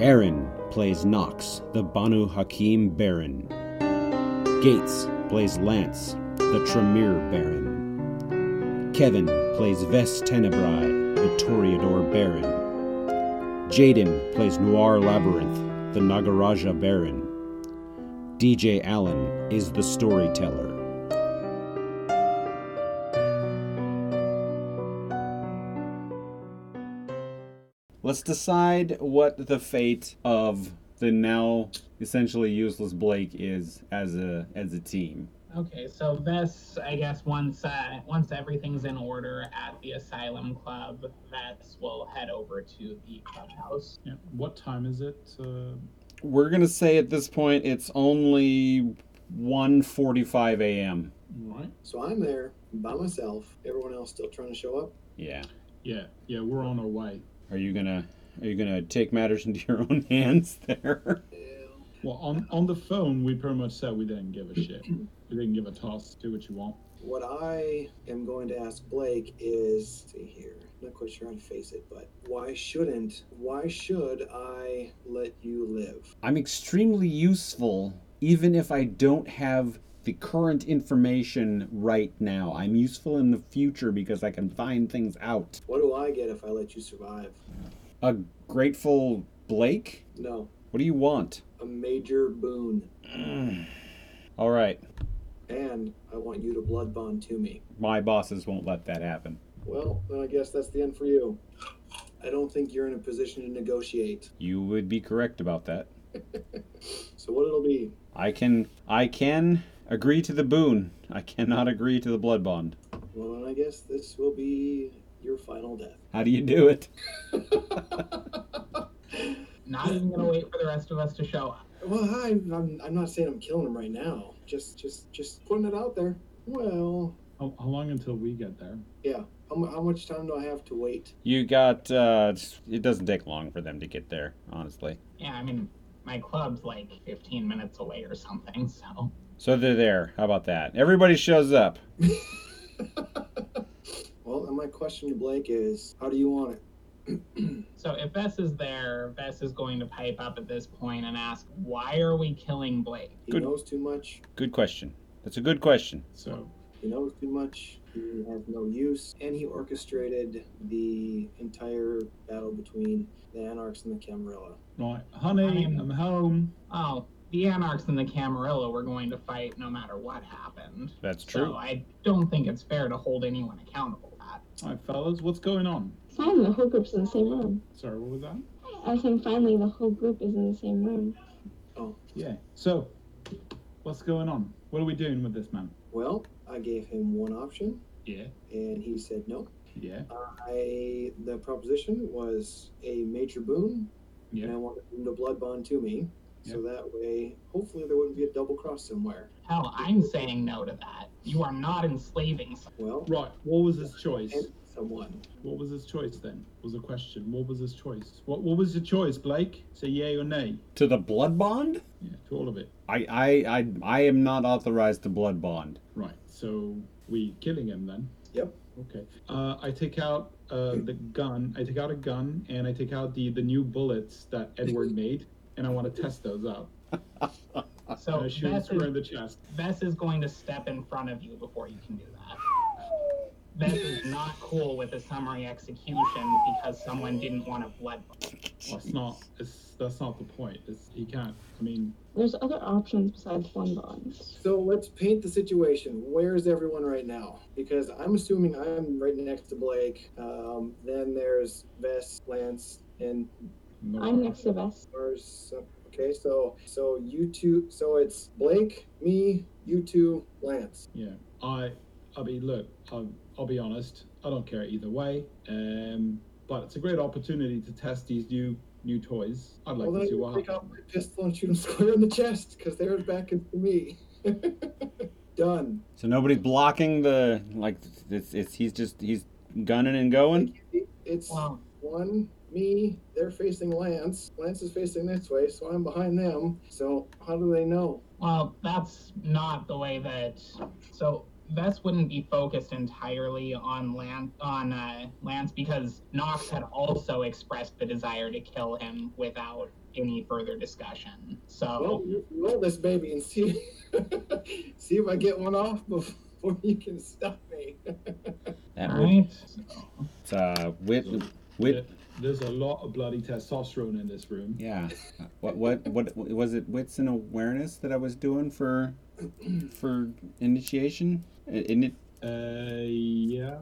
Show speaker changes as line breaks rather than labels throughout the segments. Aaron plays Knox, the Banu Hakim Baron. Gates plays Lance, the Tremere Baron. Kevin plays Ves Tenebrae, the Toreador Baron. Jaden plays Noir Labyrinth, the Nagaraja Baron. DJ Allen is the storyteller. Let's decide what the fate of the now essentially useless Blake is as a as a team.
Okay, so Vess, I guess once uh, once everything's in order at the Asylum Club, Vess will head over to the clubhouse.
Yeah. What time is it? Uh,
We're gonna say at this point it's only 1:45 a.m.
right.
So I'm there by myself. Everyone else still trying to show up.
Yeah.
Yeah. Yeah. We're on our way.
Are you gonna Are you gonna take matters into your own hands there?
Hell.
Well, on on the phone, we pretty much said we didn't give a shit. We didn't give a toss. Do what you want.
What I am going to ask Blake is see here. Not quite sure how to face it, but why shouldn't why should I let you live?
I'm extremely useful, even if I don't have the current information right now. I'm useful in the future because I can find things out.
What do I get if I let you survive?
A grateful Blake?
No.
What do you want?
A major boon.
All right,
And I want you to blood bond to me.
my bosses won't let that happen.
Well, then I guess that's the end for you. I don't think you're in a position to negotiate.
You would be correct about that.
So what it'll be?
I can I can agree to the boon. I cannot agree to the blood bond.
Well, then I guess this will be your final death.
How do you do it?
Not even gonna wait for the rest of us to show up.
Well, I, I'm, I'm not saying I'm killing him right now. Just, just, just putting it out there. Well,
How, how long until we get there?
yeah. How, mu- how much time do I have to wait?
You got uh it doesn't take long for them to get there, honestly.
Yeah, I mean my club's like 15 minutes away or something, so
So they're there. How about that? Everybody shows up.
Well, and my question to Blake is, how do you want it?
so if Vess is there, Vess is going to pipe up at this point and ask, "Why are we killing Blake?"
He
Good.
knows too much.
Good question. That's a good question.
So
He knows too much. He has no use. And he orchestrated the entire battle between the Anarchs and the Camarilla.
right, honey,
I'm-
I'm home.
Oh, the Anarchs and the Camarilla were going to fight no matter what happened.
That's
So
true.
I don't think it's fair to hold anyone accountable for that.
All right, fellas, what's going on?
Finally, the whole group's in the same room.
Sorry, what was that?
I was saying finally the whole group is in the same room.
Yeah. So, what's going on? What are we doing with this man?
Well, I gave him one option,
Yeah. Um,
and he said no.
Yeah.
I the proposition was a major boon, and I
Yeah.
wanted him to blood bond to me, so that way, hopefully, there wouldn't be a double cross somewhere.
Hell, I'm saying no to that. You are not enslaving someone.
Well,
Right. What was his choice?
and someone.
What was his choice then? Was the question. What was his choice? What What was your choice, Blake? Say yay or nay.
To the blood bond?
Yeah. To all of it.
I I I, I am not authorized to blood bond.
Right. So we killing him then.
Yep.
Okay. Uh, I take out uh, the gun. I take out a gun and I take out the the new bullets that Edward made, and I want to test those out.
So
I shoot him
Vess
square in
is,
the chest.
Vess is going to step in front of you before you can do that. Vess is not cool with a summary execution because someone didn't want to blood.
That's not. It's, that's not the point. It's, he can't. I mean,
There's other options besides one bond.
So let's paint the situation. Where's everyone right now? Because I'm assuming I'm right next to Blake. Um, then there's Vess, Lance, and
no-
I'm next to Vest.
there's some- okay. So so you two. So it's Blake, me, you two, Lance.
Yeah, I, I mean, look, I'll, I'll be honest. I don't care either way. Um, but it's a great opportunity to test these new new toys. I'd like
well, then I'm
to see
gonna
what
take
happens.
out my pistol and shoot him square in the chest because they're back into me. Done.
So nobody's blocking the like it's it's he's just he's gunning and going.
It's
Well,
one me. They're facing Lance. Lance is facing this way, so I'm behind them. So how do they know?
well, that's not the way that. So Vess wouldn't be focused entirely on Lance on uh, Lance because Knox had also expressed the desire to kill him without any further discussion.
Oh.
Well,
So
you roll this baby and see see if I get one off before you can stop me.
That would,
all right.
uh, wit, wit,
There's a lot of bloody testosterone in this room.
yeah. Uh, What, what, what was it? Wits and awareness that I was doing for, for initiation, in,
Uh, yeah.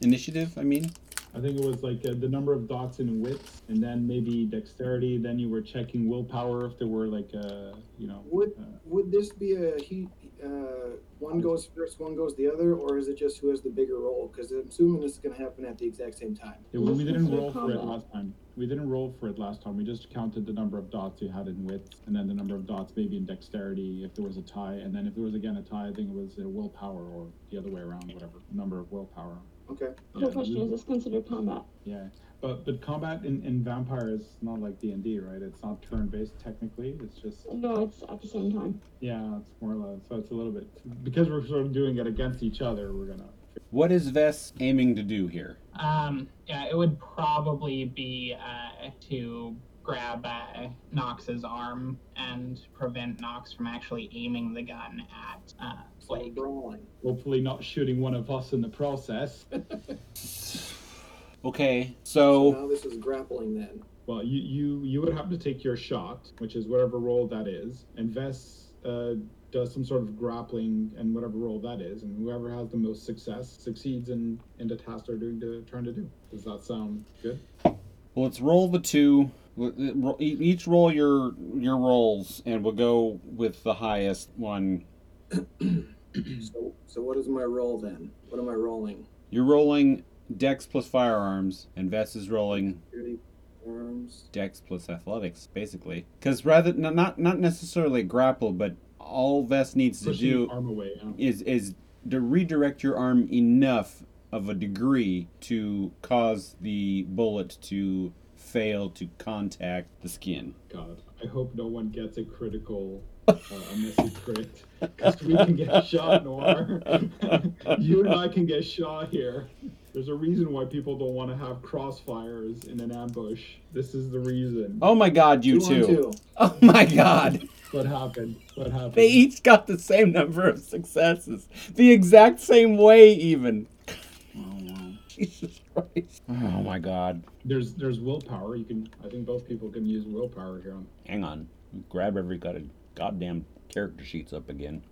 initiative. I mean,
I think it was like uh, the number of dots in wits, and then maybe dexterity. Then you were checking willpower if there were like uh, you know.
Would
Uh,
would this be a he? Uh, one goes first, one goes the other, or is it just who has the bigger roll? Because I'm assuming this is going to happen at the exact same time.
yeah, we, we didn't
Let's
roll for it
combat.
last time. We didn't roll for it last time. We just counted the number of dots you had in wits, and then the number of dots maybe in dexterity if there was a tie, and then if there was again a tie, I think it was uh, willpower or the other way around, whatever number of willpower.
Okay.
Quick
Yeah,
question:
we-
Is this considered combat?
Yeah, but but combat in, in Vampire is not like D and D, right? It's not turn based technically. It's just
No, it's at the same time.
yeah, it's more or less. So it's a little bit because we're sort of doing it against each other. We're gonna
what is Vess aiming to do here?
Um, yeah, it would probably be uh, to grab uh, Knox's arm and prevent Knox from actually aiming the gun at uh,
So we're
Blake.
brawling.
hopefully not shooting one of us in the process.
Okay,
So
so
now this is grappling then.
well, you you you would have to take your shot, which is whatever roll that is, and Vess uh, does some sort of grappling and whatever roll that is, and whoever has the most success succeeds in in the task they're doing to trying to do. Does that sound good?
well, let's roll the two. Ro- e- Each roll your your rolls, and we'll go with the highest one.
So so what is my roll then? What am I rolling?
You're rolling Dex plus firearms, and Vess is rolling
Security arms.
dex plus athletics basically because rather n- not not necessarily grapple but all vest needs to
Pushing
do
arm away. huh?
is is to redirect your arm enough of a degree to cause the bullet to fail to contact the skin
God, I hope no one gets a critical, uh, a messy crit, because we can get shot, Noir. you and I can get shot here. There's a reason why people don't want to have crossfires in an ambush. This is the reason.
oh my god you
Two
two.
on
Oh
two.
my god
What happened? What happened?
they each got the same number of successes the exact same way even
Oh,
jesus christ oh my god
There's there's willpower. You can. I think both people can use willpower here.
Hang on. Grab every got goddamn character sheets up again.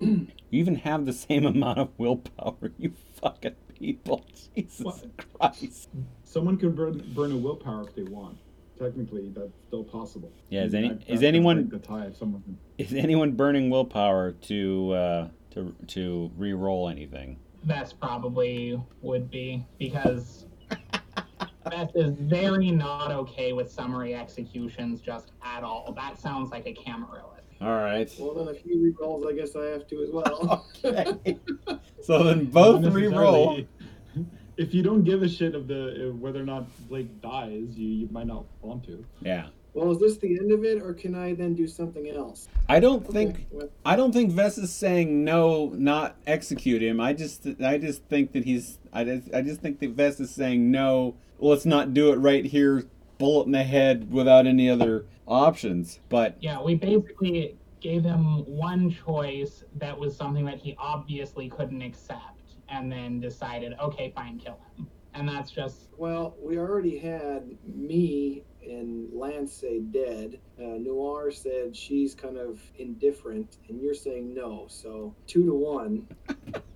you even have the same amount of willpower, you fucking people. Jesus
What?
Christ.
Someone can burn burn a willpower if they want. Technically, that's still possible.
Yeah, is any
That- that-
is
that's like
anyone
the tie if someone can
is anyone burning willpower to uh to to re-roll anything?
Vess probably would be because Vess is very not okay with summary executions just at all. That sounds like a Camarilla.
All right.
Well then, if he re-rolls, I guess I have to as well.
so then both
Not
re-roll.
necessarily. If you don't give a shit of the uh, whether or not Blake dies, you, you might not want to.
Yeah.
well, is this the end of it, or can I then do something else?
I don't
Okay,
think
well,
I don't think Vess is saying no, not execute him. I just, I just think that he's, I just, I just think that Vess is saying no. Let's not do it right here, bullet in the head, without any other options. But
Yeah, we basically gave him one choice that was something that he obviously couldn't accept, and then decided, okay, fine, kill him. And that's just
Well, we already had me and Lance say dead. Uh, Noir said she's kind of indifferent, and you're saying no. So two to one.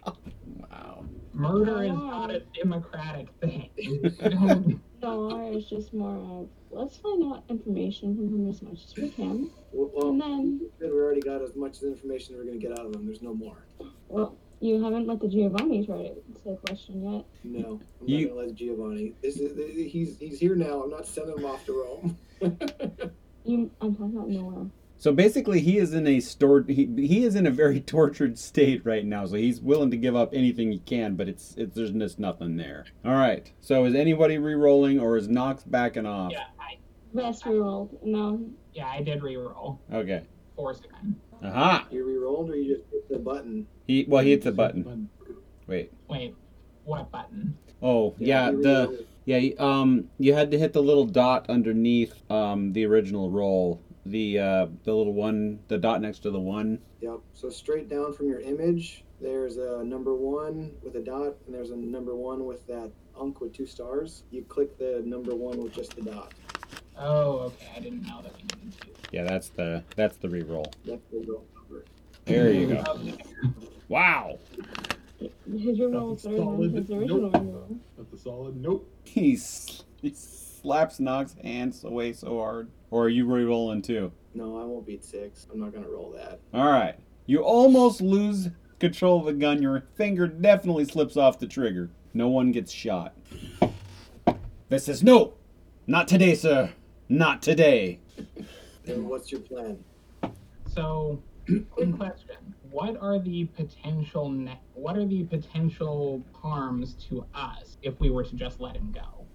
wow,
murder is not a democratic thing. You don't-
No, ours is just more of let's find out information from him as much as we can.
Well, well,
And then-
we said we already got as much information as we're going to get out of them. There's no more.
Well, you haven't let the Giovanni try to say question yet.
No, I'm
You-
not going to let Giovanni. This is he's he's here now. I'm not sending him off to Rome.
You, I'm talking about Noah.
So basically, he is in a stored. He, he is in a very tortured state right now. So he's willing to give up anything he can, but it's, it's there's just nothing there. All right. So is anybody re-rolling or is Knox backing off?
yeah, I,
Last we rolled. No,
yeah, I did reroll
Okay.
four times.
Aha!
You re-rolled or you just hit the button?
He well, he hit the button. Wait.
Wait, what button?
Oh yeah,
you
the
re-rolled it.
yeah you- um you had to hit the little dot underneath um the original roll the uh the little one the dot next to the one.
Yep. So straight down from your image, there's a number one with a dot, and there's a number one with that unk with two stars. You click the number one with just the dot.
Oh, okay. I didn't know that we needed to.
Yeah, that's the that's the re-roll.
That's the roll number.
There you go.
Okay.
Wow.
His reroll is
That's
better than
solid.
his original
Nope.
reroll.
That's a solid nope.
He, s- he slaps Nock's hands away so hard. Or are you re-rolling too?
No, I won't beat six. I'm not gonna roll that.
All right. You almost lose control of the gun. Your finger definitely slips off the trigger. No one gets shot. This is no, not today, sir. Not today.
Then what's your plan?
So, quick question: What are the potential ne- What are the potential harms to us if we were to just let him go?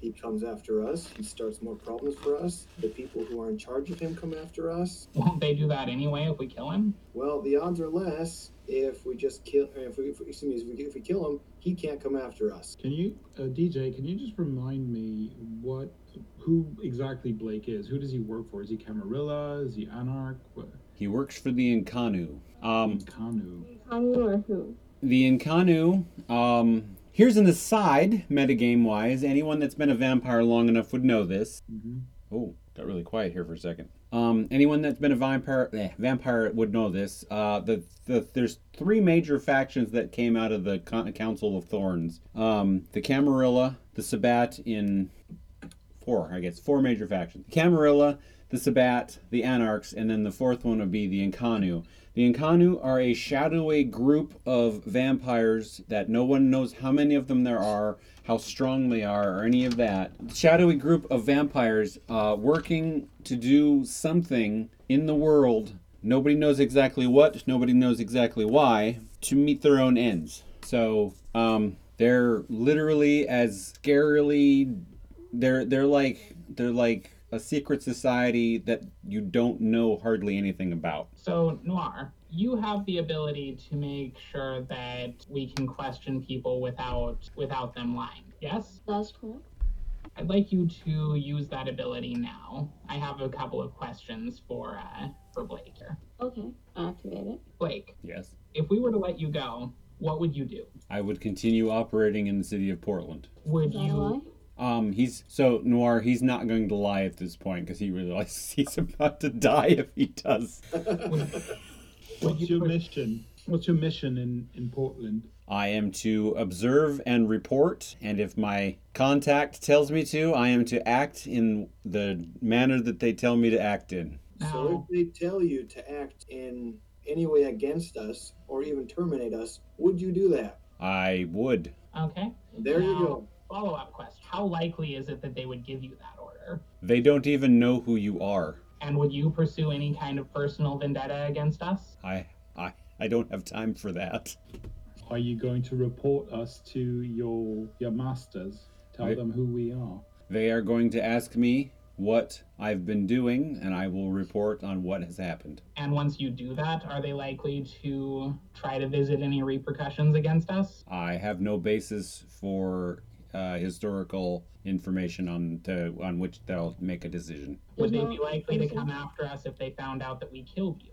He comes after us. He starts more problems for us. The people who are in charge of him come after us.
Won't they do that anyway if we kill him?
Well, the odds are less if we just kill. uh, If we, if, we- excuse me, if we, if we kill him, he can't come after us.
Can you, uh, DJ? Can you just remind me what, who exactly Blake is? Who does he work for? Is he Camarilla? Is he Anarch? What?
He works for the Inkanu. Um,
Kanu.
Kanu or who?
the Inkanu. Um, here's an aside, metagame wise. Anyone that's been a vampire long enough would know this.
hmm
Oh, got really quiet here for a second. Um, anyone that's been a vampire eh, vampire would know this. Uh, the, the there's three major factions that came out of the Con- Council of Thorns. Um, the Camarilla, the Sabbat in four, I guess, four major factions. The Camarilla, the Sabbat, the Anarchs, and then the fourth one would be the Inkanu. The Inkanu are a shadowy group of vampires that no one knows how many of them there are, how strong they are, or any of that. Shadowy group of vampires uh, working to do something in the world. Nobody knows exactly what, nobody knows exactly why, to meet their own ends. So um, they're literally as scarily they're they're like they're like a secret society that you don't know hardly anything about.
So, Noir, you have the ability to make sure that we can question people without without them lying. Yes,
That's correct.
I'd like you to use that ability now. I have a couple of questions for uh, for Blake here.
Okay, activate it.
Blake,
Yes.
if we were to let you go, what would you do?
I would continue operating in the city of Portland.
Would
Is that a
you?
lie?
Um, he's so noir. He's not going to lie at this point because he realizes he's about to die if he does.
Would
What's
you
your
put-
mission? What's your mission in in Portland?
I am to observe and report, and if my contact tells me to, I am to act in the manner that they tell me to act in.
So
Now,
if they tell you to act in any way against us or even terminate us, would you do that?
I would.
okay.
There you
Now,
go.
Follow up question: How likely is it that they would give you that order?
They don't even know who you are.
And would you pursue any kind of personal vendetta against us?
I I I don't have time for that.
Are you going to report us to your your masters? Tell
I-
them who we are.
They are going to ask me what I've been doing and I will report on what has happened.
And once you do that, are they likely to try to visit any repercussions against us?
I have no basis for uh, historical information on to, on which they'll make a decision.
There's
Would they
no
be likely to
reason.
come after us if they found out that we killed you?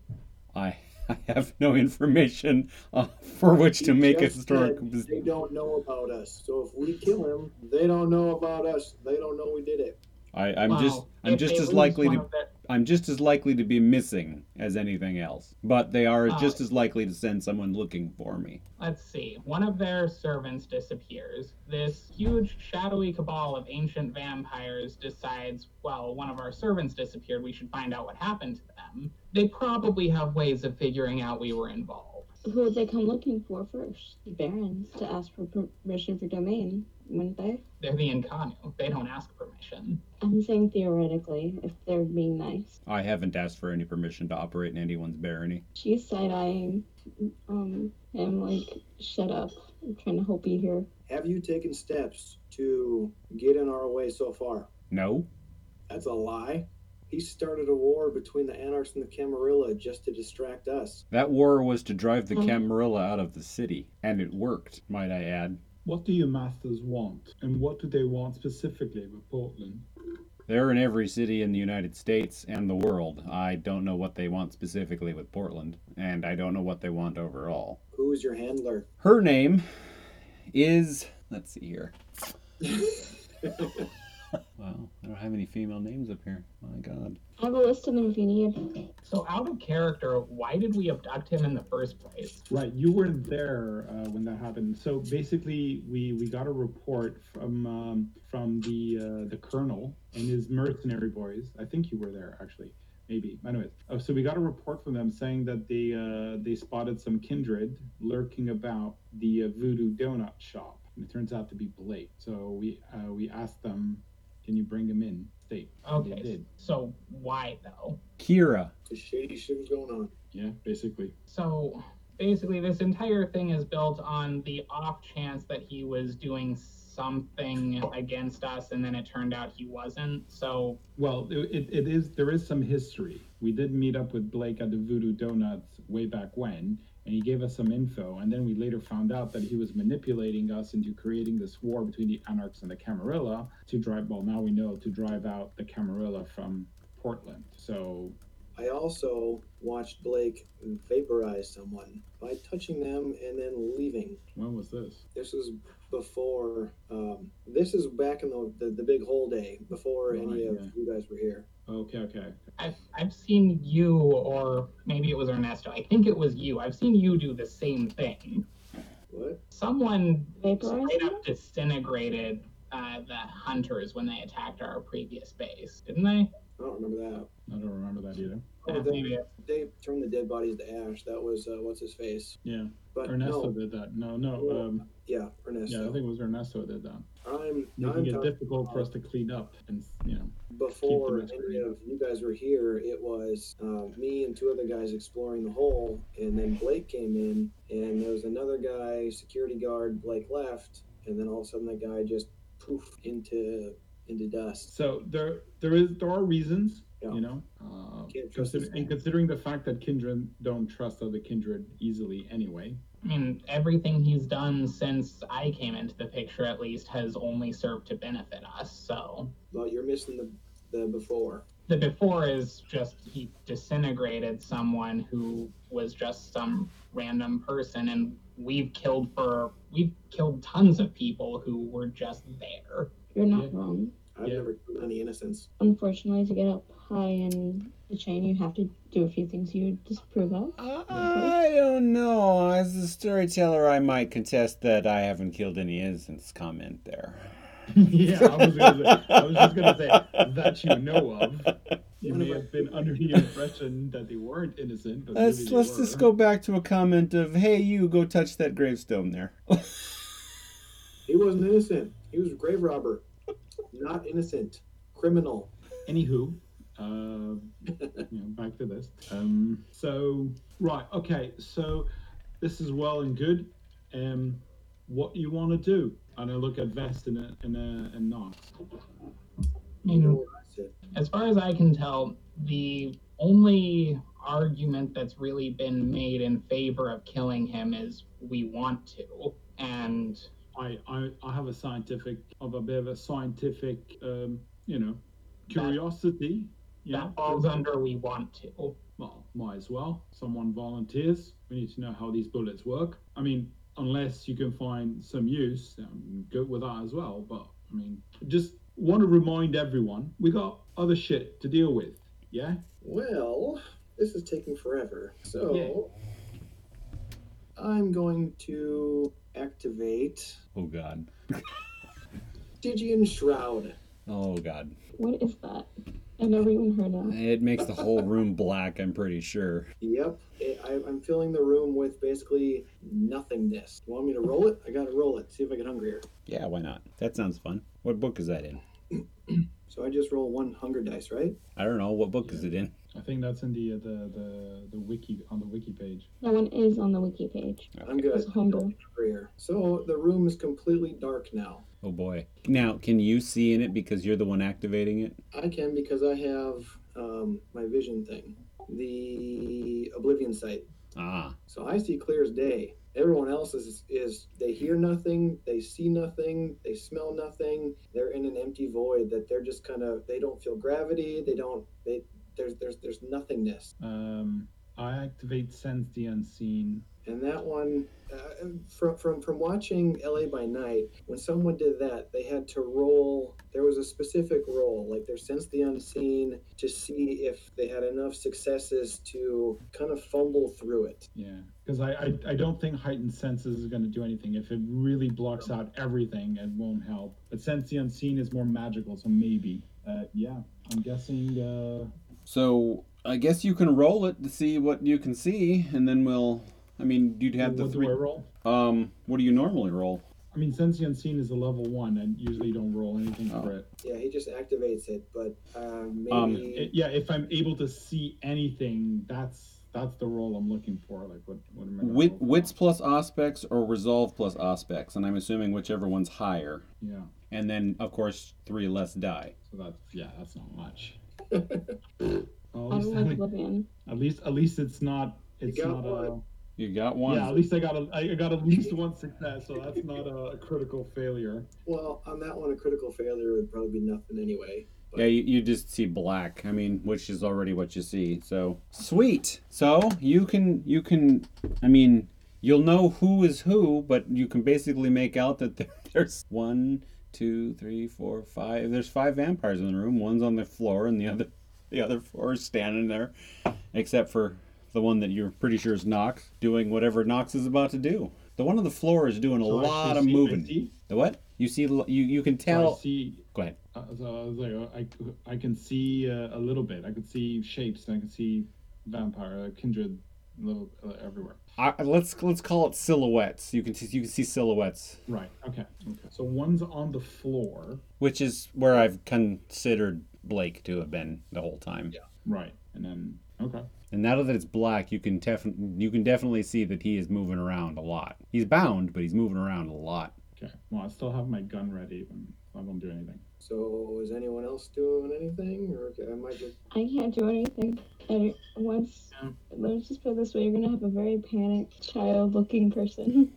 I I have no information uh, for which to
He
make a
just
historical
said They
decision.
don't know about us. So if we kill him, they don't know about us. They don't know we did it.
I, I'm
Wow.
just I'm
If
just
they
as
lose
likely
one
to
of their-
I'm just as likely to be missing as anything else. But they are
Ah.
just as likely to send someone looking for me.
Let's see. One of their servants disappears. This huge, shadowy cabal of ancient vampires decides, well, one of our servants disappeared. We should find out what happened to them. They probably have ways of figuring out we were involved.
Who would they come looking for first? The barons to ask for permission for domain, wouldn't they?
They're the Inkanu. They don't ask permission.
I'm saying theoretically, if they're being nice.
I haven't asked for any permission to operate in anyone's barony.
She's side eyeing um him like, shut up. I'm trying to help you here.
Have you taken steps to get in our way so far?
No,
That's a lie. He started a war between the Anarchs and the Camarilla just to distract us.
That war was to drive the Camarilla out of the city, and it worked, might I add.
What do you masters want? And what do they want specifically with Portland?
They're in every city in the United States and the world. I don't know what they want specifically with Portland, and I don't know what they want overall.
Who is your handler?
Her name is. Let's see here. Wow, I don't have any female names up here. My God.
I have a list of them if you need.
So, out of character, why did we abduct him in the first place?
Right, you were there uh, when that happened. So basically, we, we got a report from um, from the uh, the colonel and his mercenary boys. I think you were there actually, maybe. Anyways, uh, so we got a report from them saying that they uh, they spotted some kindred lurking about the uh, Voodoo Donut Shop, and it turns out to be Blake. So we uh, we asked them, can you bring him in? State. And They
Okay,
did.
so why though?
Kira.
The shady shit was going on.
Yeah, basically.
So basically, this entire thing is built on the off chance that he was doing something against us, and then it turned out he wasn't. So
Well, it, it- it is there is some history. We did meet up with Blake at the Voodoo Donuts way back when, and he gave us some info. And then we later found out that he was manipulating us into creating this war between the Anarchs and the Camarilla to drive. Well, now we know to drive out the Camarilla from Portland. So
I also watched Blake vaporize someone by touching them and then leaving.
when was this?
This was before, um, this is back in the, the, the big hole day, before any
Right,
of
Oh, yeah.
you guys were here.
Okay, okay.
I've, I've seen you, or maybe it was Ernesto. I think it was you. I've seen you do the same thing.
What?
Someone
Vaporize
straight
them?
up disintegrated uh, the hunters when they attacked our previous base, didn't they?
I don't remember that.
I don't remember that either.
Oh,
Yeah,
they-
maybe.
They turned the dead bodies to ash. That was, uh, what's his face?
Yeah,
But
Ernesto
no,
did that. No, no. Um,
yeah,
yeah, I
Ernesto.
think it was Ernesto did that.
I'm, I'm
Making it
talking
difficult for us to clean up, and you know.
before
mystery.
any of you guys were here, it was uh, me and two other guys exploring the hole, and then Blake came in, and there was another guy, security guard. Blake left, and then all of a sudden that guy just poof into into dust.
So there, there is, there are reasons,
Yeah.
you know, uh,
Can't trust
consider,
this
and
guy.
considering the fact that kindred don't trust other kindred easily anyway.
I mean, everything he's done since I came into the picture, at least, has only served to benefit us. So
Well, you're missing the the before.
the before is just he disintegrated someone who was just some random person and we've killed for we've killed tons of people who were just there
You're not
Yeah.
wrong.
I've
Yeah.
never killed any innocents.
Unfortunately, to get up high in the chain, you have to do a few things you disapprove of.
I don't know. As a storyteller, I might contest that I haven't killed any innocents comment there.
yeah, I was, gonna say, I was just gonna say that you know of. You
One of
may
our-
have been under the impression that they weren't innocent, but
Let's
maybe they
let's
were.
just go back to a comment of, "Hey, you, go touch that gravestone there."
He wasn't innocent. He was a grave robber, not innocent, criminal.
Anywho, uh, you know, back to this. Um, so right, okay, so this is well and good. Um, what you want to do? And I look at Vest and uh, and, uh, and Knox.
I
You know
mean,
what I said?
as far as i can tell the only argument that's really been made in favor of killing him is we want to and
I, I I have a scientific of a bit of a scientific um, you know curiosity. Yeah,
that falls under we want to
well, might as well. Someone volunteers. We need to know how these bullets work. I mean, unless you can find some use, um, go with that as well. But I mean, just want to remind everyone we got other shit to deal with. Yeah,
Well, this is taking forever. So I'm going to activate
Oh God.
Stygian Shroud.
Oh God.
What is that? I've never even heard of. it.
It makes the whole room black. I'm pretty sure.
Yep, it, I, I'm filling the room with basically nothingness. You want me to roll it? I gotta roll it. See if I get hungrier.
Yeah, why not? That sounds fun. What book is that in?
So I just roll one hunger dice, right?
I don't know. What book is it in?
I think that's in the uh, the the the wiki on the wiki page.
That one is on the wiki page.
I'm good.
It's hunger.
Hungrier. So the room is completely dark now.
Oh boy. Now, can you see in it because you're the one activating it?
I can because I have um, my vision thing, the Oblivion site.
Ah,
So I see clear as day. Everyone else is is they hear nothing, they see nothing, they smell nothing. They're in an empty void that they're just kind of they don't feel gravity. They don't they there's there's there's nothingness.
Um, I activate sense the unseen.
And that one, uh, from from from watching LA by Night, when someone did that, they had to roll. There was a specific roll, like their sense the unseen, to see if they had enough successes to kind of fumble through it.
Yeah, because I, I I don't think heightened senses is going to do anything. If it really blocks out everything, it won't help. But sense the unseen is more magical, so maybe. Uh, yeah, I'm guessing. Uh,
so I guess you can roll it to see what you can see, and then we'll. I mean, you'd have the
what
three.
do I roll?
Um, what do you normally roll?
I mean, sense the unseen is a level one, and usually you don't roll anything
Oh.
for it.
Yeah, he just activates it, but uh, maybe
Um,
It- Yeah, if I'm able to see anything, that's that's the role I'm looking for. Like, what what am I? gonna
Wit,
roll for?
wits plus aspects or resolve plus aspects, and I'm assuming whichever one's higher.
Yeah.
And then, of course, three less die.
So that's yeah, that's not much.
I
Well, at,
don't
least,
like Oblivion.
at least at least it's not
You
it's
got
not a
one.
You got one.
yeah. At least I got a I got at least one success, so that's not a, critical failure.
well, on that one, a critical failure would probably be nothing anyway.
Yeah, you, you just see black. I mean, which is already what you see. So sweet. So you can you can. I mean, you'll know who is who, but you can basically make out that there, there's one, two, three, four, five. There's five vampires in the room. One's on the floor, and the other the other four are standing there, except for the one that you're pretty sure is Knox doing whatever Knox is about to do. The one on the floor is doing a
So I
lot
see-
of
I
moving.
see-
The what? You see? l- You you can
so
tell.
I see.
Go ahead.
Uh, so I was like, I, I can see uh, a little bit. I could see shapes. And I can see vampire, uh, kindred, little uh, everywhere.
I, let's let's call it silhouettes. You can see, you can see silhouettes,
Right. Okay. Okay. So one's on the floor.
which is where I've considered Blake to have been the whole time. Yeah.
Right. And then okay.
And now that it's black, you can def- you can definitely see that he is moving around a lot. He's bound, but he's moving around a lot.
Okay. Well, I still have my gun ready. and I don't do anything.
So, is anyone else doing anything, or I might just
I can't do anything. And once,
Yeah.
let's just put it this way: you're gonna have a very panicked child-looking person.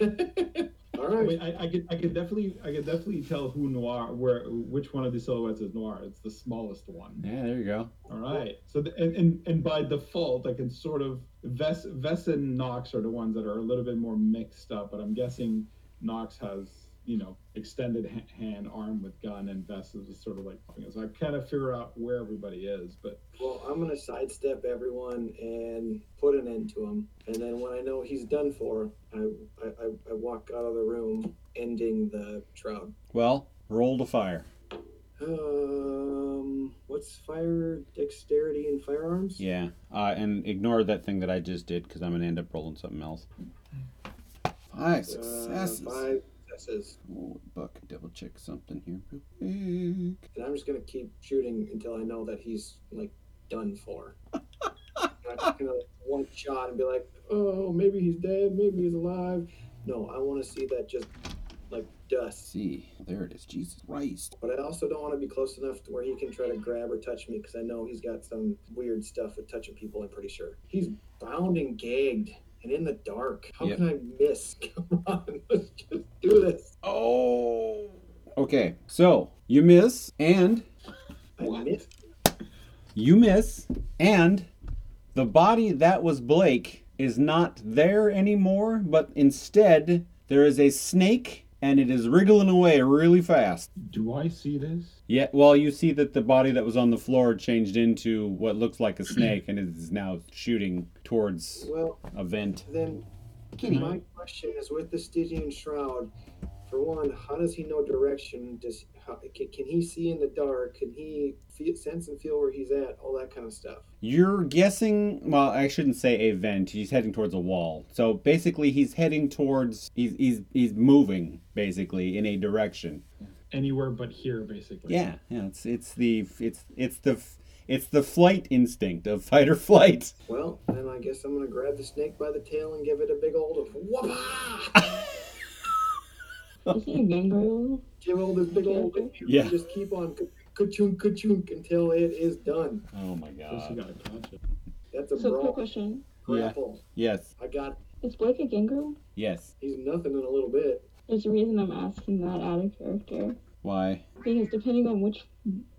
All
I,
right.
mean, I, I could I could definitely I could definitely tell who noir where which one of the silhouettes is noir. It's the smallest one.
Yeah, there you go.
All right. So the, and, and and by default, I can sort of Vess Vess and Knox are the ones that are a little bit more mixed up. But I'm guessing Knox has you know extended ha- hand arm with gun, and Vess is just sort of like so I kind of figure out where everybody is. But
Well, I'm gonna sidestep everyone and put an end to him. And then when I know he's done for, I I, I, I walk out of the room, ending the shroud.
Well, roll to fire.
Um, what's fire dexterity and firearms?
Yeah, uh, and ignore that thing that I just did because I'm gonna end up rolling something else. Five successes.
Uh, five successes.
Oh, buck, double check something here real quick.
And I'm just gonna keep shooting until I know that he's like done for. I'm not gonna like, one shot and be like, oh, maybe he's dead, maybe he's alive. No, I want to see that just like dust.
see. There it is. Jesus Christ.
But I also don't want to be close enough to where he can try to grab or touch me because I know he's got some weird stuff with touching people, I'm pretty sure. He's bound and gagged and in the dark. How
Yep.
can I miss? Come on, let's just do this.
Oh. Okay. So you miss and
I
What?
missed.
you miss and the body that was Blake is not there anymore, but instead there is a snake and it is wriggling away really fast.
do I see this?
Yeah, well, you see that the body that was on the floor changed into what looks like a snake and it is now shooting towards
Well,
a vent.
then my question is with the Stygian shroud. For one, how does he know direction? Does how, can, can he see in the dark? Can he feel, sense and feel where he's at? All that kind of stuff.
You're guessing. Well, I shouldn't say a vent. He's heading towards a wall. So basically, he's heading towards. He's he's he's moving basically in a direction.
Anywhere but here, basically.
Yeah, yeah. It's it's the it's it's the it's the flight instinct of fight or flight.
Well, then I guess I'm gonna grab the snake by the tail and give it a big old whoop
Is he a gangrel?
give all this big old
Okay.
Yeah.
just keep on c- ka-chunk, ka-chunk until it is done.
Oh my
Guess you
god.
gotta catch it.
That's a
So, quick
brawl.
question.
Grapple.
Yes.
I got.
Is Blake a Gangrel?
Yes.
He's nothing in a little bit.
There's a reason I'm asking that out of character.
Why?
Because depending on which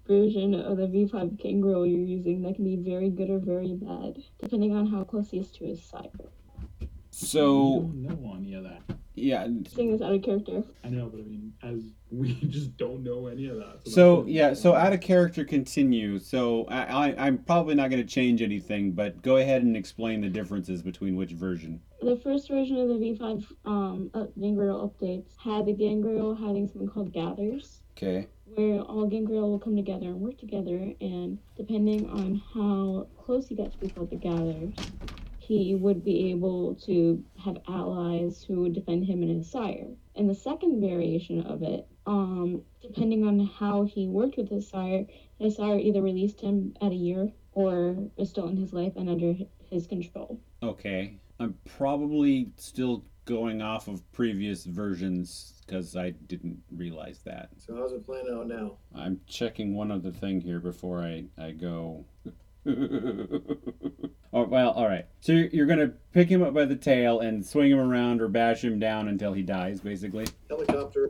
version of the V5 Gangrel you're using, that can be very good or very bad, depending on how close he is to his side.
So
You don't know any of that.
yeah.
Saying this out of character.
I know, but I mean, as we just don't know any of that.
So yeah. So out of character, continue. So I, I I'm probably not going to change anything, but go ahead and explain the differences between which version.
The first version of the V5 um, up- Gangrel updates had the Gangrel having something called Gathers,
Okay.
where all Gangrel will come together and work together, and depending on how close he got to people at the Gathers, he would be able to have allies who would defend him and his sire. And the second variation of it, um, depending on how he worked with his sire, his sire either released him at a year or is still in his life and under hi- his control.
Okay. I'm probably still going off of previous versions because I didn't realize that.
So how's it playing out now?
I'm checking one other thing here before I, I go. oh, well, all right. So you're, you're going to pick him up by the tail and swing him around or bash him down until he dies, basically.
Helicopter.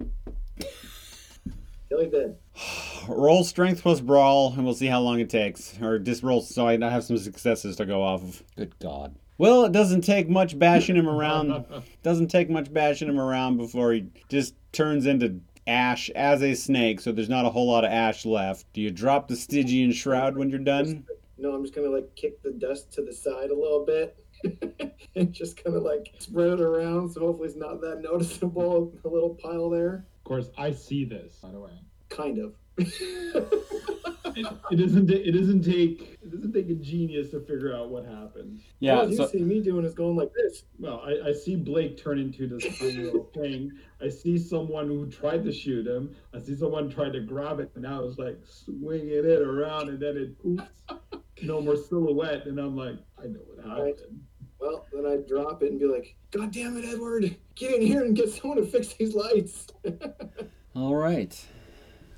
Kelly dead.
Roll strength plus brawl, and we'll see how long it takes. Or just roll so I have some successes to go off of. Good God. Well, it doesn't take much bashing him around. doesn't take much bashing him around before he just turns into ash as a snake. So there's not a whole lot of ash left. Do you drop the Stygian shroud when you're done?
No, I'm just gonna like kick the dust to the side a little bit. and just kind of like spread it around so hopefully it's not that noticeable a little pile there
Of course, I see this. By the way,
kind of
it, it doesn't. ta- It doesn't take. It doesn't take a genius to figure out what happened.
Yeah.
all you
So,
see me doing is going like this
Well, I, I see Blake turn into this tiny little thing. I see someone who tried to shoot him. I see someone tried to grab it, and I was like swinging it around, and then it oops, no more silhouette. And I'm like, I know what happened.
well then i drop it and be like god damn it edward get in here and get someone to fix these lights
all right.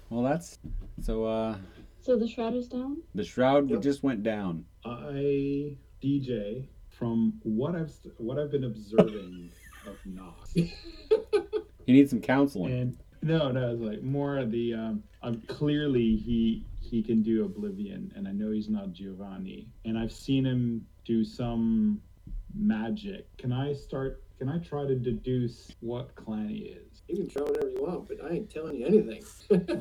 Well, that's so. uh
So the shroud is down?
The shroud
Yep.
just went down.
I DJ from what I've st- what I've been observing of Knox.
He needs some counseling.
And no, no, it's like more of the um, um clearly he he can do Oblivion, and I know he's not Giovanni, and I've seen him do some magic. Can I start? Can I try to deduce what clan he is?
you can try whatever you want but i ain't telling you anything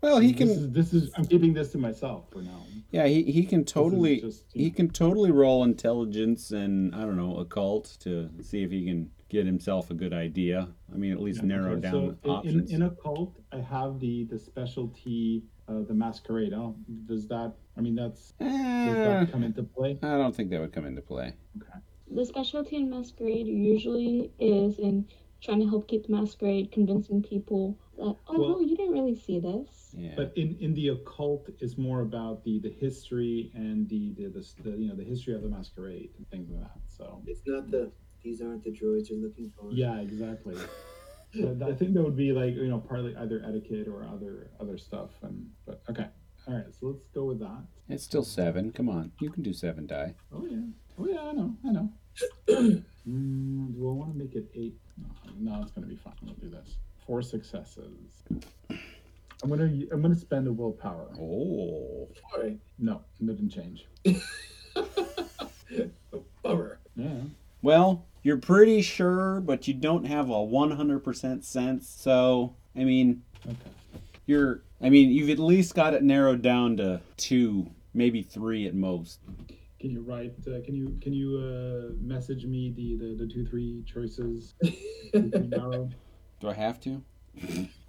Well, he
This
can.
is, this is. I'm keeping this to myself for now. This is
Yeah, he, he can totally.
just, you
He can totally roll intelligence and I don't know occult to see if he can get himself a good idea. I mean, at least
Yeah,
narrow
okay,
down
so in-
options.
In, in, occult, I have the the specialty, uh, the masquerade. Oh, does that? I mean, that's does
Eh,
that come into play?
I don't think that would come into play.
The specialty in masquerade usually is in trying to help keep the masquerade, convincing people that, oh
Well-
no, you didn't really see this.
Yeah.
But in, in the occult is more about the, the history and the, the, the, the you know the history of the masquerade and things like that. So
it's not the these aren't the droids you're looking for
yeah, exactly. But I think that would be like you know partly either etiquette or other other stuff. And but okay, all right. So let's go with that.
it's still seven. Come on, you can do seven die.
Oh yeah. Oh yeah. I know. I know. mm, do I want to make it eight? No, no, it's gonna be fine. We'll do this. Four successes. I'm gonna I'm gonna spend a willpower.
Oh,
boy
No, it didn't change.
bummer
Yeah.
well, you're pretty sure, but you don't have a one hundred percent sense. So, I mean,
Okay.
you're. I mean, you've at least got it narrowed down to two, maybe three at most.
Can you write? Uh, can you can you uh, message me the, the the two three choices? narrow?
Do I have to?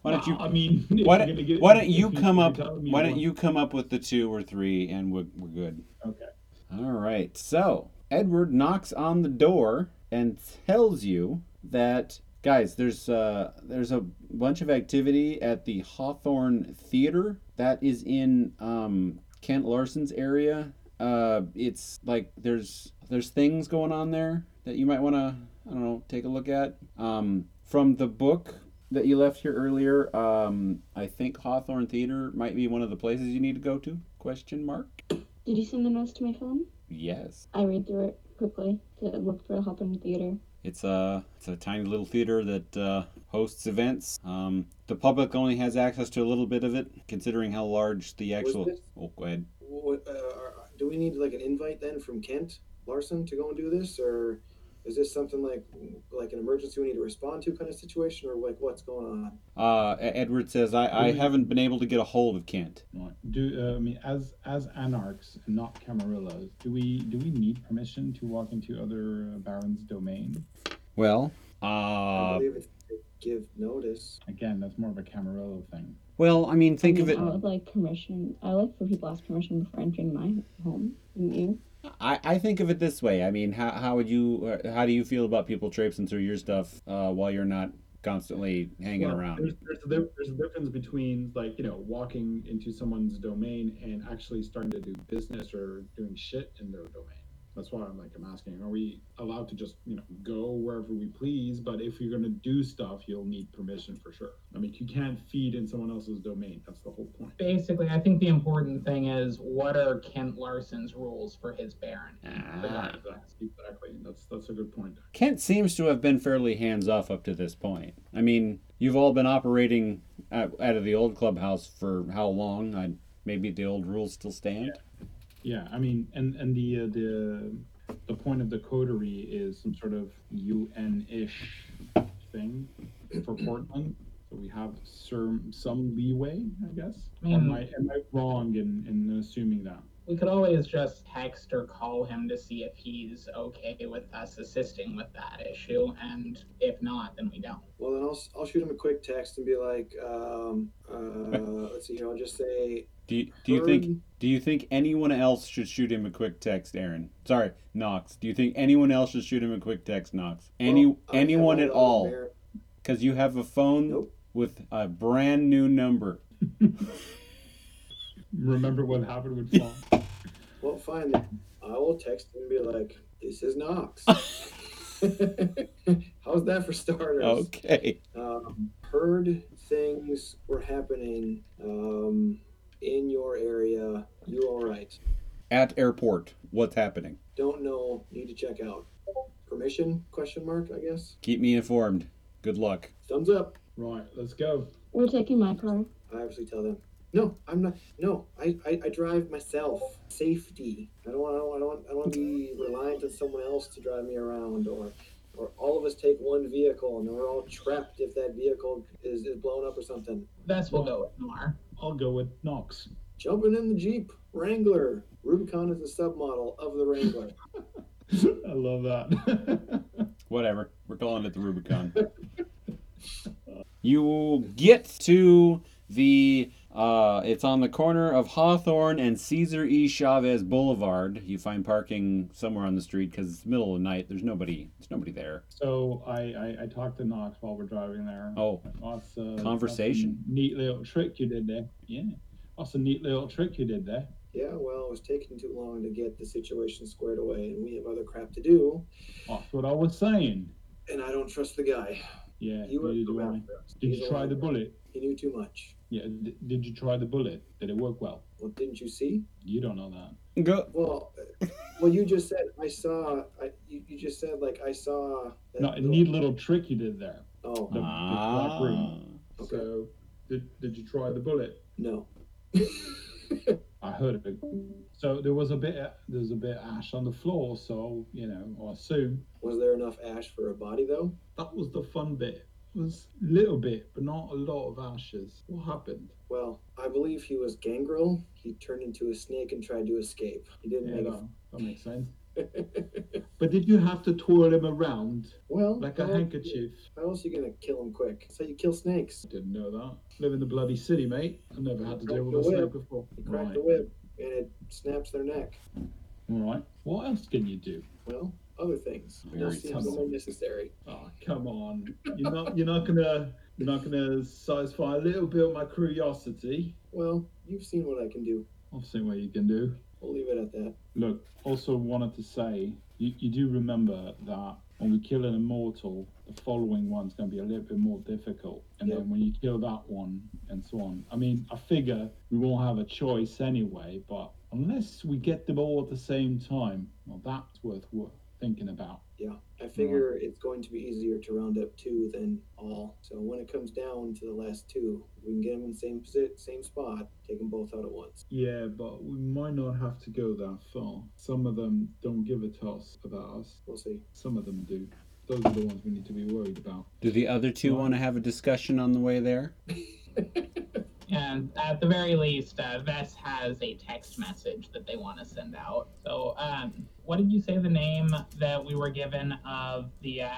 Why don't you?
I mean, if
Why
you're
don't,
gonna get-
why don't
if
you
if
come
you're
up?
telling me
Why don't
one-
you come up with the two or three, and we're, we're good.
Okay.
All right. So Edward knocks on the door and tells you that guys, there's uh, there's a bunch of activity at the Hawthorne Theater that is in um, Kent Larson's area. Uh, it's like there's there's things going on there that you might want to I don't know take a look at. Um, from the book that you left here earlier, um, I think Hawthorne Theater might be one of the places you need to go to? Question mark.
Did you send the notes to my phone?
Yes.
I read through it quickly to look for the Hawthorne Theater.
It's a it's a tiny little theater that uh, hosts events. Um, the public only has access to a little bit of it, considering how large the actual.
this-
Oh, go ahead.
What, uh, are- do we need like an invite then from Kent Larson to go and do this, or is this something like like an emergency we need to respond to kind of situation, or like what's going on?
Uh, E- Edward says I, I
Mhm.
haven't been able to get a hold of Kent.
Do uh, I mean as as anarchs, not Camarillos? Do we do we need permission to walk into other uh, barons' domain?
Well,
I
uh,
believe it's give notice.
Again, that's more of a Camarillo thing.
well, I mean, think
I
of
mean,
it.
I would like permission. I like for people to ask permission before entering my home. Wouldn't you?
I, I think of it this way. I mean, how, how would you uh, how do you feel about people traipsing through your stuff uh, while you're not constantly hanging
Well, There's,
around?
there's, a, dif- there's a difference between like you know walking into someone's domain and actually starting to do business or doing shit in their domain. That's why I'm like I'm asking: Are we allowed to just you know go wherever we please? But if you're gonna do stuff, you'll need permission for sure. I mean, you can't feed in someone else's domain. That's the whole point.
Basically, I think the important thing is what are Kent Larson's rules for his Baron?
Ah.
Exactly. That's that's a good point.
Kent seems to have been fairly hands off up to this point. I mean, you've all been operating out out of the old clubhouse for how long? I, maybe the old rules still stand.
Yeah, I mean, and and the uh, the the point of the coterie is some sort of UN-ish thing for Portland. So we have some some leeway, I guess. Or Am I am I wrong in in assuming that?
We could always just text or call him to see if he's okay with us assisting with that issue, and if not, then we don't.
Well, then I'll, s- I'll shoot him a quick text and be like, um, uh, let's see here. I'll just say,
Do you, do you
heard-
think do you think anyone else should shoot him a quick text, Aaron? Sorry, Knox. Do you think anyone else should shoot him a quick text, Knox? Any
well, I have
anyone
all
at
the
all?
merit-
Because you have a phone
Nope.
with a brand new number.
Remember what happened with Flan?
Well, fine. Then. I will text him and be like, this is Knox. How's that for starters?
Okay.
Um, heard things were happening um, in your area. You all right?
At airport, what's happening?
Don't know. Need to check out. Permission? Question mark. I guess.
Keep me informed. Good luck.
Thumbs up.
right, let's go.
We're taking my car.
I obviously tell them. No, I'm not. No, I, I, I drive myself. Safety. I don't want. I don't want. I don't want to be reliant on someone else to drive me around, or, or all of us take one vehicle and then we're all trapped if that vehicle is, is blown up or something.
That's we'll go with Noir.
I'll go with Knox.
Jumping in the Jeep Wrangler. Rubicon is the submodel of the Wrangler.
I love that.
Whatever. We're calling it the Rubicon. you get to the. Uh, it's on the corner of Hawthorne and Caesar E. Chavez Boulevard. You find parking somewhere on the street because it's middle of the night. There's nobody. There's nobody there.
so I, I I talked to Knox while we're driving there.
Oh,
That's uh,
Conversation.
that's a neat little trick you did there. Yeah. That's a neat little trick you did there.
yeah, well, it was taking too long to get the situation squared away, and we have other crap to do,
That's what I was saying.
and I don't trust the guy.
Yeah.
You were
neither do
the
I.
bad guys.
Did
He's
you try
one.
the bullet?
He knew too much.
Yeah. d- Did you try the bullet? Did it work well?
Well, didn't you see?
You don't know that.
go.
Well, uh, well, you just said I saw. I you, you just said like I saw. that
No, a neat little trick you did there.
Oh
The- the black
Ah.
room.
Okay.
So, did, did you try the bullet?
no.
I heard of it. So there was a bit, there was a bit of ash on the floor. So you know, I assume
Was there enough ash for a body though?
that was the fun bit. It was a little bit, but not a lot of ashes. What happened?
Well, I believe he was gangrel. He turned into a snake and tried to escape. He didn't
Yeah,
make.
that,
A,
that makes sense. but did you have to twirl him around
well,
like a
how-
handkerchief?
How else are you gonna kill him quick? That's how you kill snakes.
Didn't know that. Live in the bloody city, mate. I never had to deal with a
Crack the
snake
whip.
before.
You crack
Right.
the whip and it snaps their neck.
All right. What else can you do?
Well, other things.
Very
Those seems
tough.
unnecessary.
Oh, come on. You're not. You're not gonna. You're not gonna satisfy a little bit of my curiosity.
Well, you've seen what I can do.
I've seen what you can do.
We'll leave it at that.
Look, also wanted to say, you, you do remember that
when we kill an immortal, the following one's going to be a little bit more difficult. And
Yeah.
then when you kill that one, and so on. I mean, I figure we won't have a choice anyway, but unless we get them all at the same time, well, that's worth wo- thinking about.
Yeah, I figure it's going to be easier to round up two than all. So when it comes down to the last two, if we can get them in the same posi- same spot, take them both out at once.
Yeah, but we might not have to go that far. Some of them don't give a toss about us.
We'll see.
Some of them do. Those are the ones we need to be worried about.
Do the other two want to have a discussion on the way there?
And at the very least, uh, Vess has a text message that they want to send out. So, um, what did you say the name that we were given of the uh,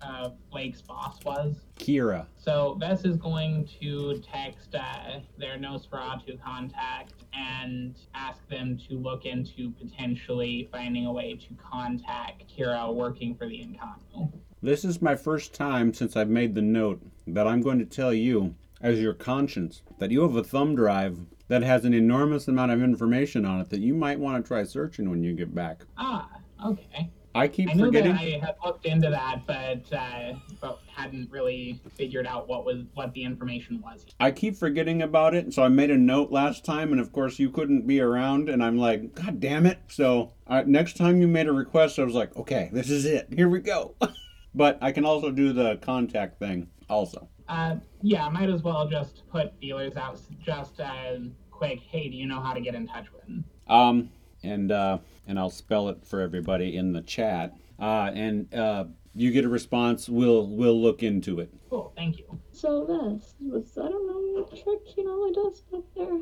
uh, Blake's boss was?
Kira.
So Vess is going to text uh, their Nosferatu contact and ask them to look into potentially finding a way to contact Kira working for the Incognito.
This is my first time since I've made the note that I'm going to tell you, as your conscience, that you have a thumb drive that has an enormous amount of information on it that you might want to try searching when you get back.
Ah, okay.
I keep
I knew
forgetting.
that I had looked into that, but uh, but hadn't really figured out what was what the information was.
I keep forgetting about it, so I made a note last time, and of course you couldn't be around, and I'm like, God damn it! So I, next time you made a request, I was like, Okay, this is it. Here we go. but I can also do the contact thing, also.
Uh, yeah, might as well just put feelers out. Just uh, quick, hey, do you know how to get in touch with him?
Um, and uh, and I'll spell it for everybody in the chat. Uh, and uh, you get a response. We'll we'll look into it.
Cool, thank you.
So this was that a normal trick, you know, I does up there?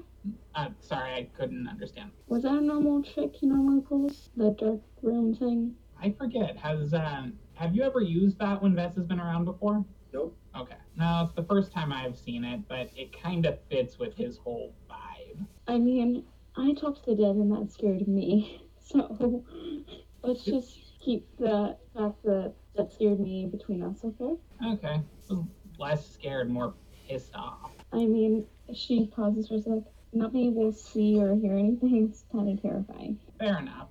Uh, sorry, I couldn't understand.
Was that a normal trick he normally pulls? That dark room thing?
I forget. Has um, have you ever used that when Vess has been around before?
Nope.
Okay. No, it's the first time I've seen it, but it kind of fits with his whole vibe.
I mean, I talked to the dead and that scared me. So let's just keep the fact that that scared me between us, okay?
Okay. Less scared, more pissed off.
I mean, she pauses for a sec. Nobody will see or hear anything. It's kind of terrifying.
Fair enough.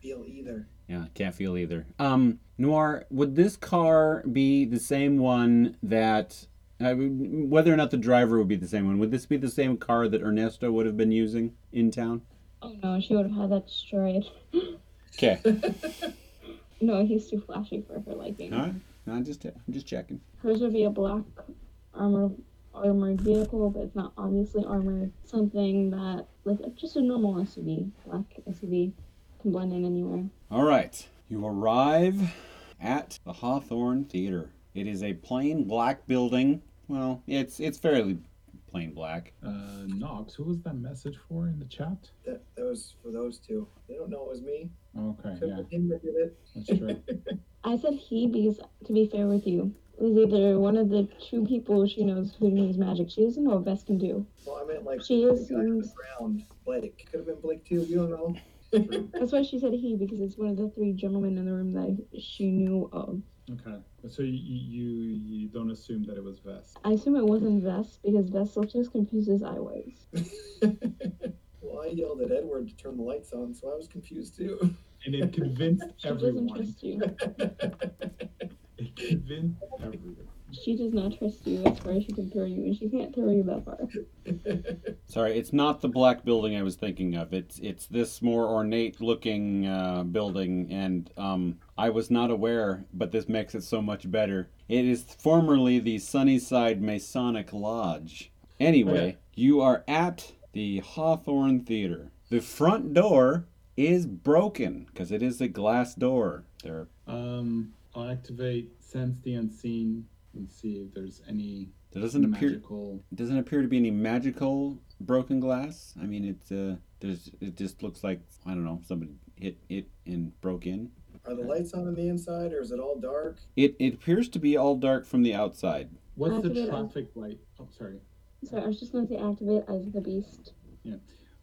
Feel either.
Yeah, can't feel either. Um, Noir, would this car be the same one that? I would- whether or not the driver would be the same one, would this be the same car that Ernesto would have been using in town?
Oh no, she would have had that destroyed.
Okay,
No, he's too flashy for her liking.
all right. No, I'm just I'm just checking.
Hers would be a black armor armored vehicle, but it's not obviously armored. Something that like just a normal SUV, black SUV, can blend in anywhere.
All right, you arrive at the Hawthorne Theater. It is a plain black building. Well, it's it's fairly plain black.
Uh, Nox, who was that message for in the chat?
That that was for those two. They don't know it was me.
Okay,
Could
yeah,
have been him that did it.
that's true.
I said he because to be fair with you, it was either one of the two people she knows who knows magic. She doesn't know what Vest can do.
Well, I meant like
She
the
is
guy on the
used-
ground, Blake. Could have been Blake too. You don't know.
That's why she said he because it's one of the three gentlemen in the room that she knew of.
okay, so you, you you don't assume that it was Vest.
I assume it wasn't Vest because Vest looked as confused as I was.
Well, I yelled at Edward to turn the lights on, so I was confused too.
And it convinced
She doesn't
everyone.
trust you.
It convinced everyone.
She does not trust you as far as she can throw you, and she can't throw you that far.
Sorry, it's not the black building I was thinking of. It's it's this more ornate looking uh, building, and um, I was not aware, but this makes it so much better. It is formerly the Sunnyside Masonic Lodge. Anyway, you are at the Hawthorne Theater. The front door is broken because it is a glass door. There,
Um, I'll activate sense the unseen and see if there's any
there doesn't appear
magical.
doesn't appear to be any magical broken glass. I mean, it's uh, there's it just looks like I don't know somebody hit it and broke in.
Are the lights on on the inside, or is it all dark?
It it appears to be all dark from the outside.
What's the
Activate-
traffic light? Oh, sorry.
So I was just going to say activate Eyes of the Beast.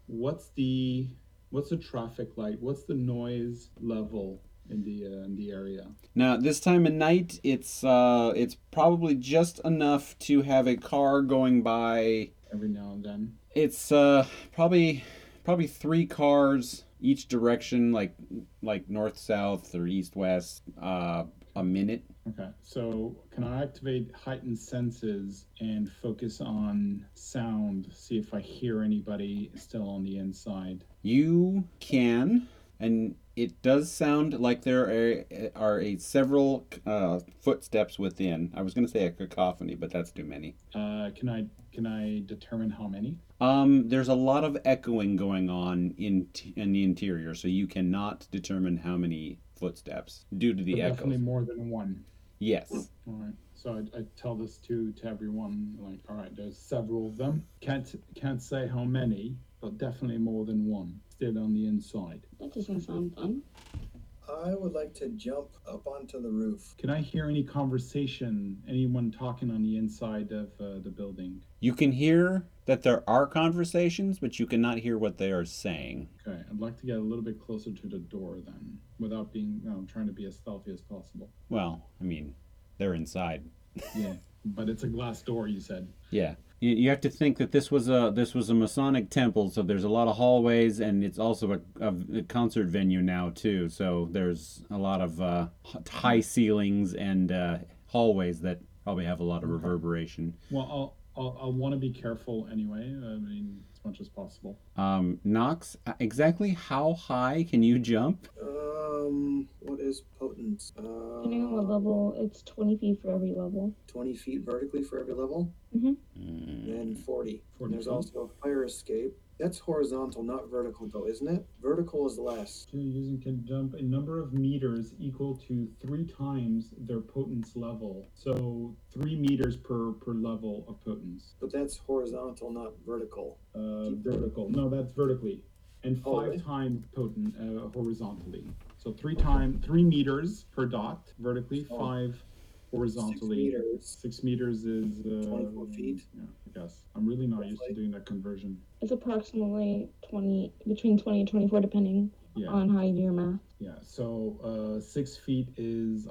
What's the what's the traffic light? What's the noise level in the uh, in the area?
Now this time of night, it's uh, it's probably just enough to have a car going by.
Every now and then.
It's uh, probably probably three cars each direction, like like north south or east west, uh, a minute.
Okay, so can I activate heightened senses and focus on sound? See if I hear anybody still on the inside.
You can, and it does sound like there are, are a several uh, footsteps within. I was going to say a cacophony, but that's too many.
Uh, can I can I determine how many?
Um, there's a lot of echoing going on in t- in the interior, so you cannot determine how many footsteps due to the
But definitely
echoes.
more than one.
Yes.
All right. So I, I tell this to to everyone. Like, all right, there's several of them. Can't can't say how many, but definitely more than one still on the inside.
That doesn't sound fun.
I would like to jump up onto the roof.
Can I hear any conversation? Anyone talking on the inside of uh, the building?
You can hear that there are conversations, but you cannot hear what they are saying.
Okay, I'd like to get a little bit closer to the door then, without being you know, trying to be as stealthy as possible.
Well, I mean, they're inside.
Yeah, but it's a glass door. You said.
Yeah. You, you have to think that this was a this was a Masonic temple, so there's a lot of hallways, and it's also a, a, a concert venue now too. So there's a lot of uh, h- high ceilings and uh, hallways that probably have a lot of reverberation.
Well, I'll. I'll, I'll want to be careful anyway. I mean, as much as possible.
Um, Knox, uh, exactly how high can you jump?
Um, what is potent? Uh,
Depending on what level, it's 20 feet for every level.
20 feet vertically for every level,
Mm.
and 40.
40
There's
Mm-hmm. feet.
also a fire escape. That's horizontal, not vertical, though, isn't it? Vertical is less.
Two using can jump a number of meters equal to three times their potence level. So three meters per per level of potence.
But that's horizontal, not vertical.
Uh, vertical. No, that's vertically. And
Oh,
five
really?
times potent uh, horizontally. So three time three meters per dot vertically.
Oh.
Five horizontally.
Six meters.
Six meters is uh,
24 feet.
Yeah, I guess I'm really not used to
Roughly.
doing that conversion.
It's approximately 20, between 20 and 24, depending
Yeah.
on how you do your math.
Yeah, so uh, six feet is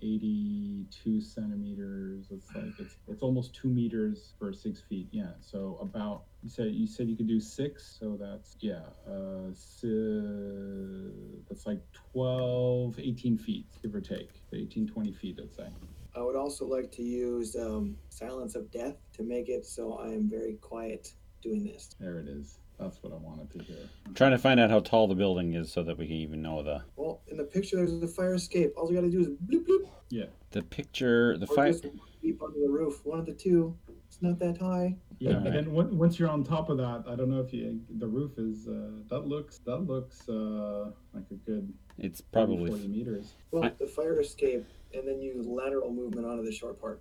182 centimeters. It's like it's it's almost two meters for six feet. Yeah, so about you said you said you could do six, so that's yeah, uh, si- that's like 12, 18 feet, give or take, 18, 20 feet, let's say.
I would also like to use um, Silence of Death to make it so I am very quiet doing this.
There it is. That's what I wanted to hear.
trying to find out how tall the building is so that we can even know the
Well, in the picture, there's a fire escape. All you gotta do is bloop bloop.
the picture. The
Or
fire.
just leap onto the roof. One of the two. It's not that high.
Yeah,
Alright.
and on- once you're on top of that, I don't know if you the roof is uh, that looks that looks uh, like a good
It's
30,
probably
40 meters.
Well,
I-
the fire escape, and then you lateral movement onto the short part.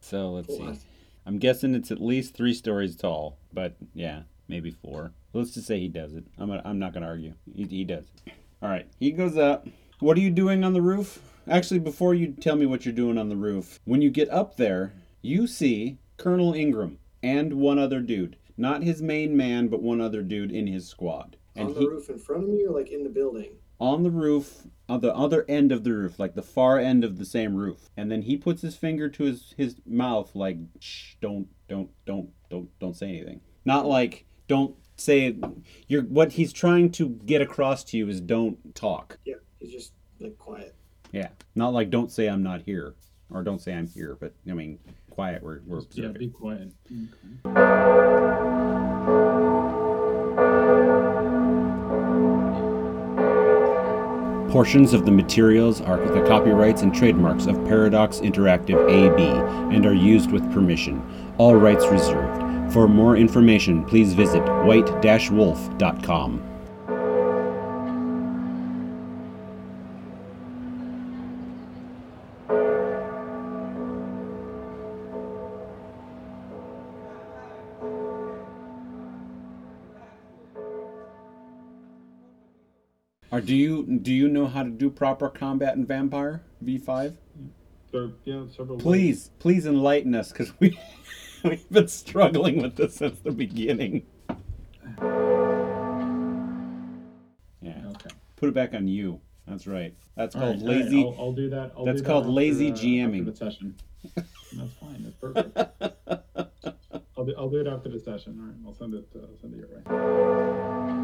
so. Let's
Cool.
see. I'm guessing it's at least three stories tall, but yeah, maybe four. Let's just say he does it. I'm gonna, I'm not gonna argue. He, he does. It. All right, he goes up. What are you doing on the roof? Actually, before you tell me what you're doing on the roof, when you get up there, you see Colonel Ingram and one other dude, not his main man, but one other dude in his squad, and
on the
he
roof in front of me, or like in the building.
on the roof on the other end of the roof like the far end of the same roof and then he puts his finger to his his mouth like shh don't don't don't don't don't say anything not like don't say you're what he's trying to get across to you is don't talk
Yeah, he's just like quiet.
yeah not like don't say i'm not here or don't say i'm here but i mean quiet we're, we're
Yeah,
observing.
be quiet.
Portions of the materials are the copyrights and trademarks of Paradox Interactive AB and are used with permission. All rights reserved. For more information, please visit white-wolf.com.
or do you do you know how to do proper combat in vampire v5
There, yeah, several.
please please enlighten us because we we've been struggling with this since the beginning yeah
Okay.
put it back on you that's right that's
All
called
right, all right,
lazy
I'll, I'll do that. I'll
that's
do that
called
after,
lazy
uh,
GMing.
After the session. that's fine. That's perfect. I'll do, I'll do it after the session. All right, I'll send it. Uh, send it your way.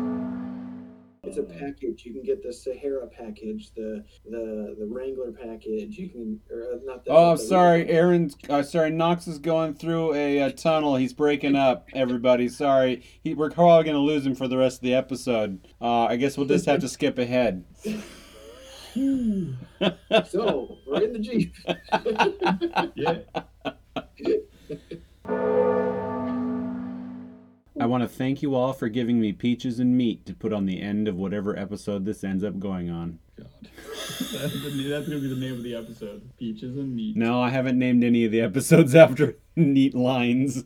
It's a package. You can get the Sahara package, the the the Wrangler package. You can or uh, not the.
Oh, I'm
the-
sorry, Aaron's. Uh, sorry, Knox is going through a, uh tunnel. He's breaking up. Everybody, sorry. He, we're probably gonna lose him for the rest of the episode. Uh, I guess we'll just have to skip ahead.
So we're in the jeep.
Yeah.
I want to thank you all for giving me peaches and meat to put on the end of whatever episode this ends up going on.
God. that's, the- that's gonna be the name of the episode. Peaches and meat.
No, I haven't named any of the episodes after neat lines.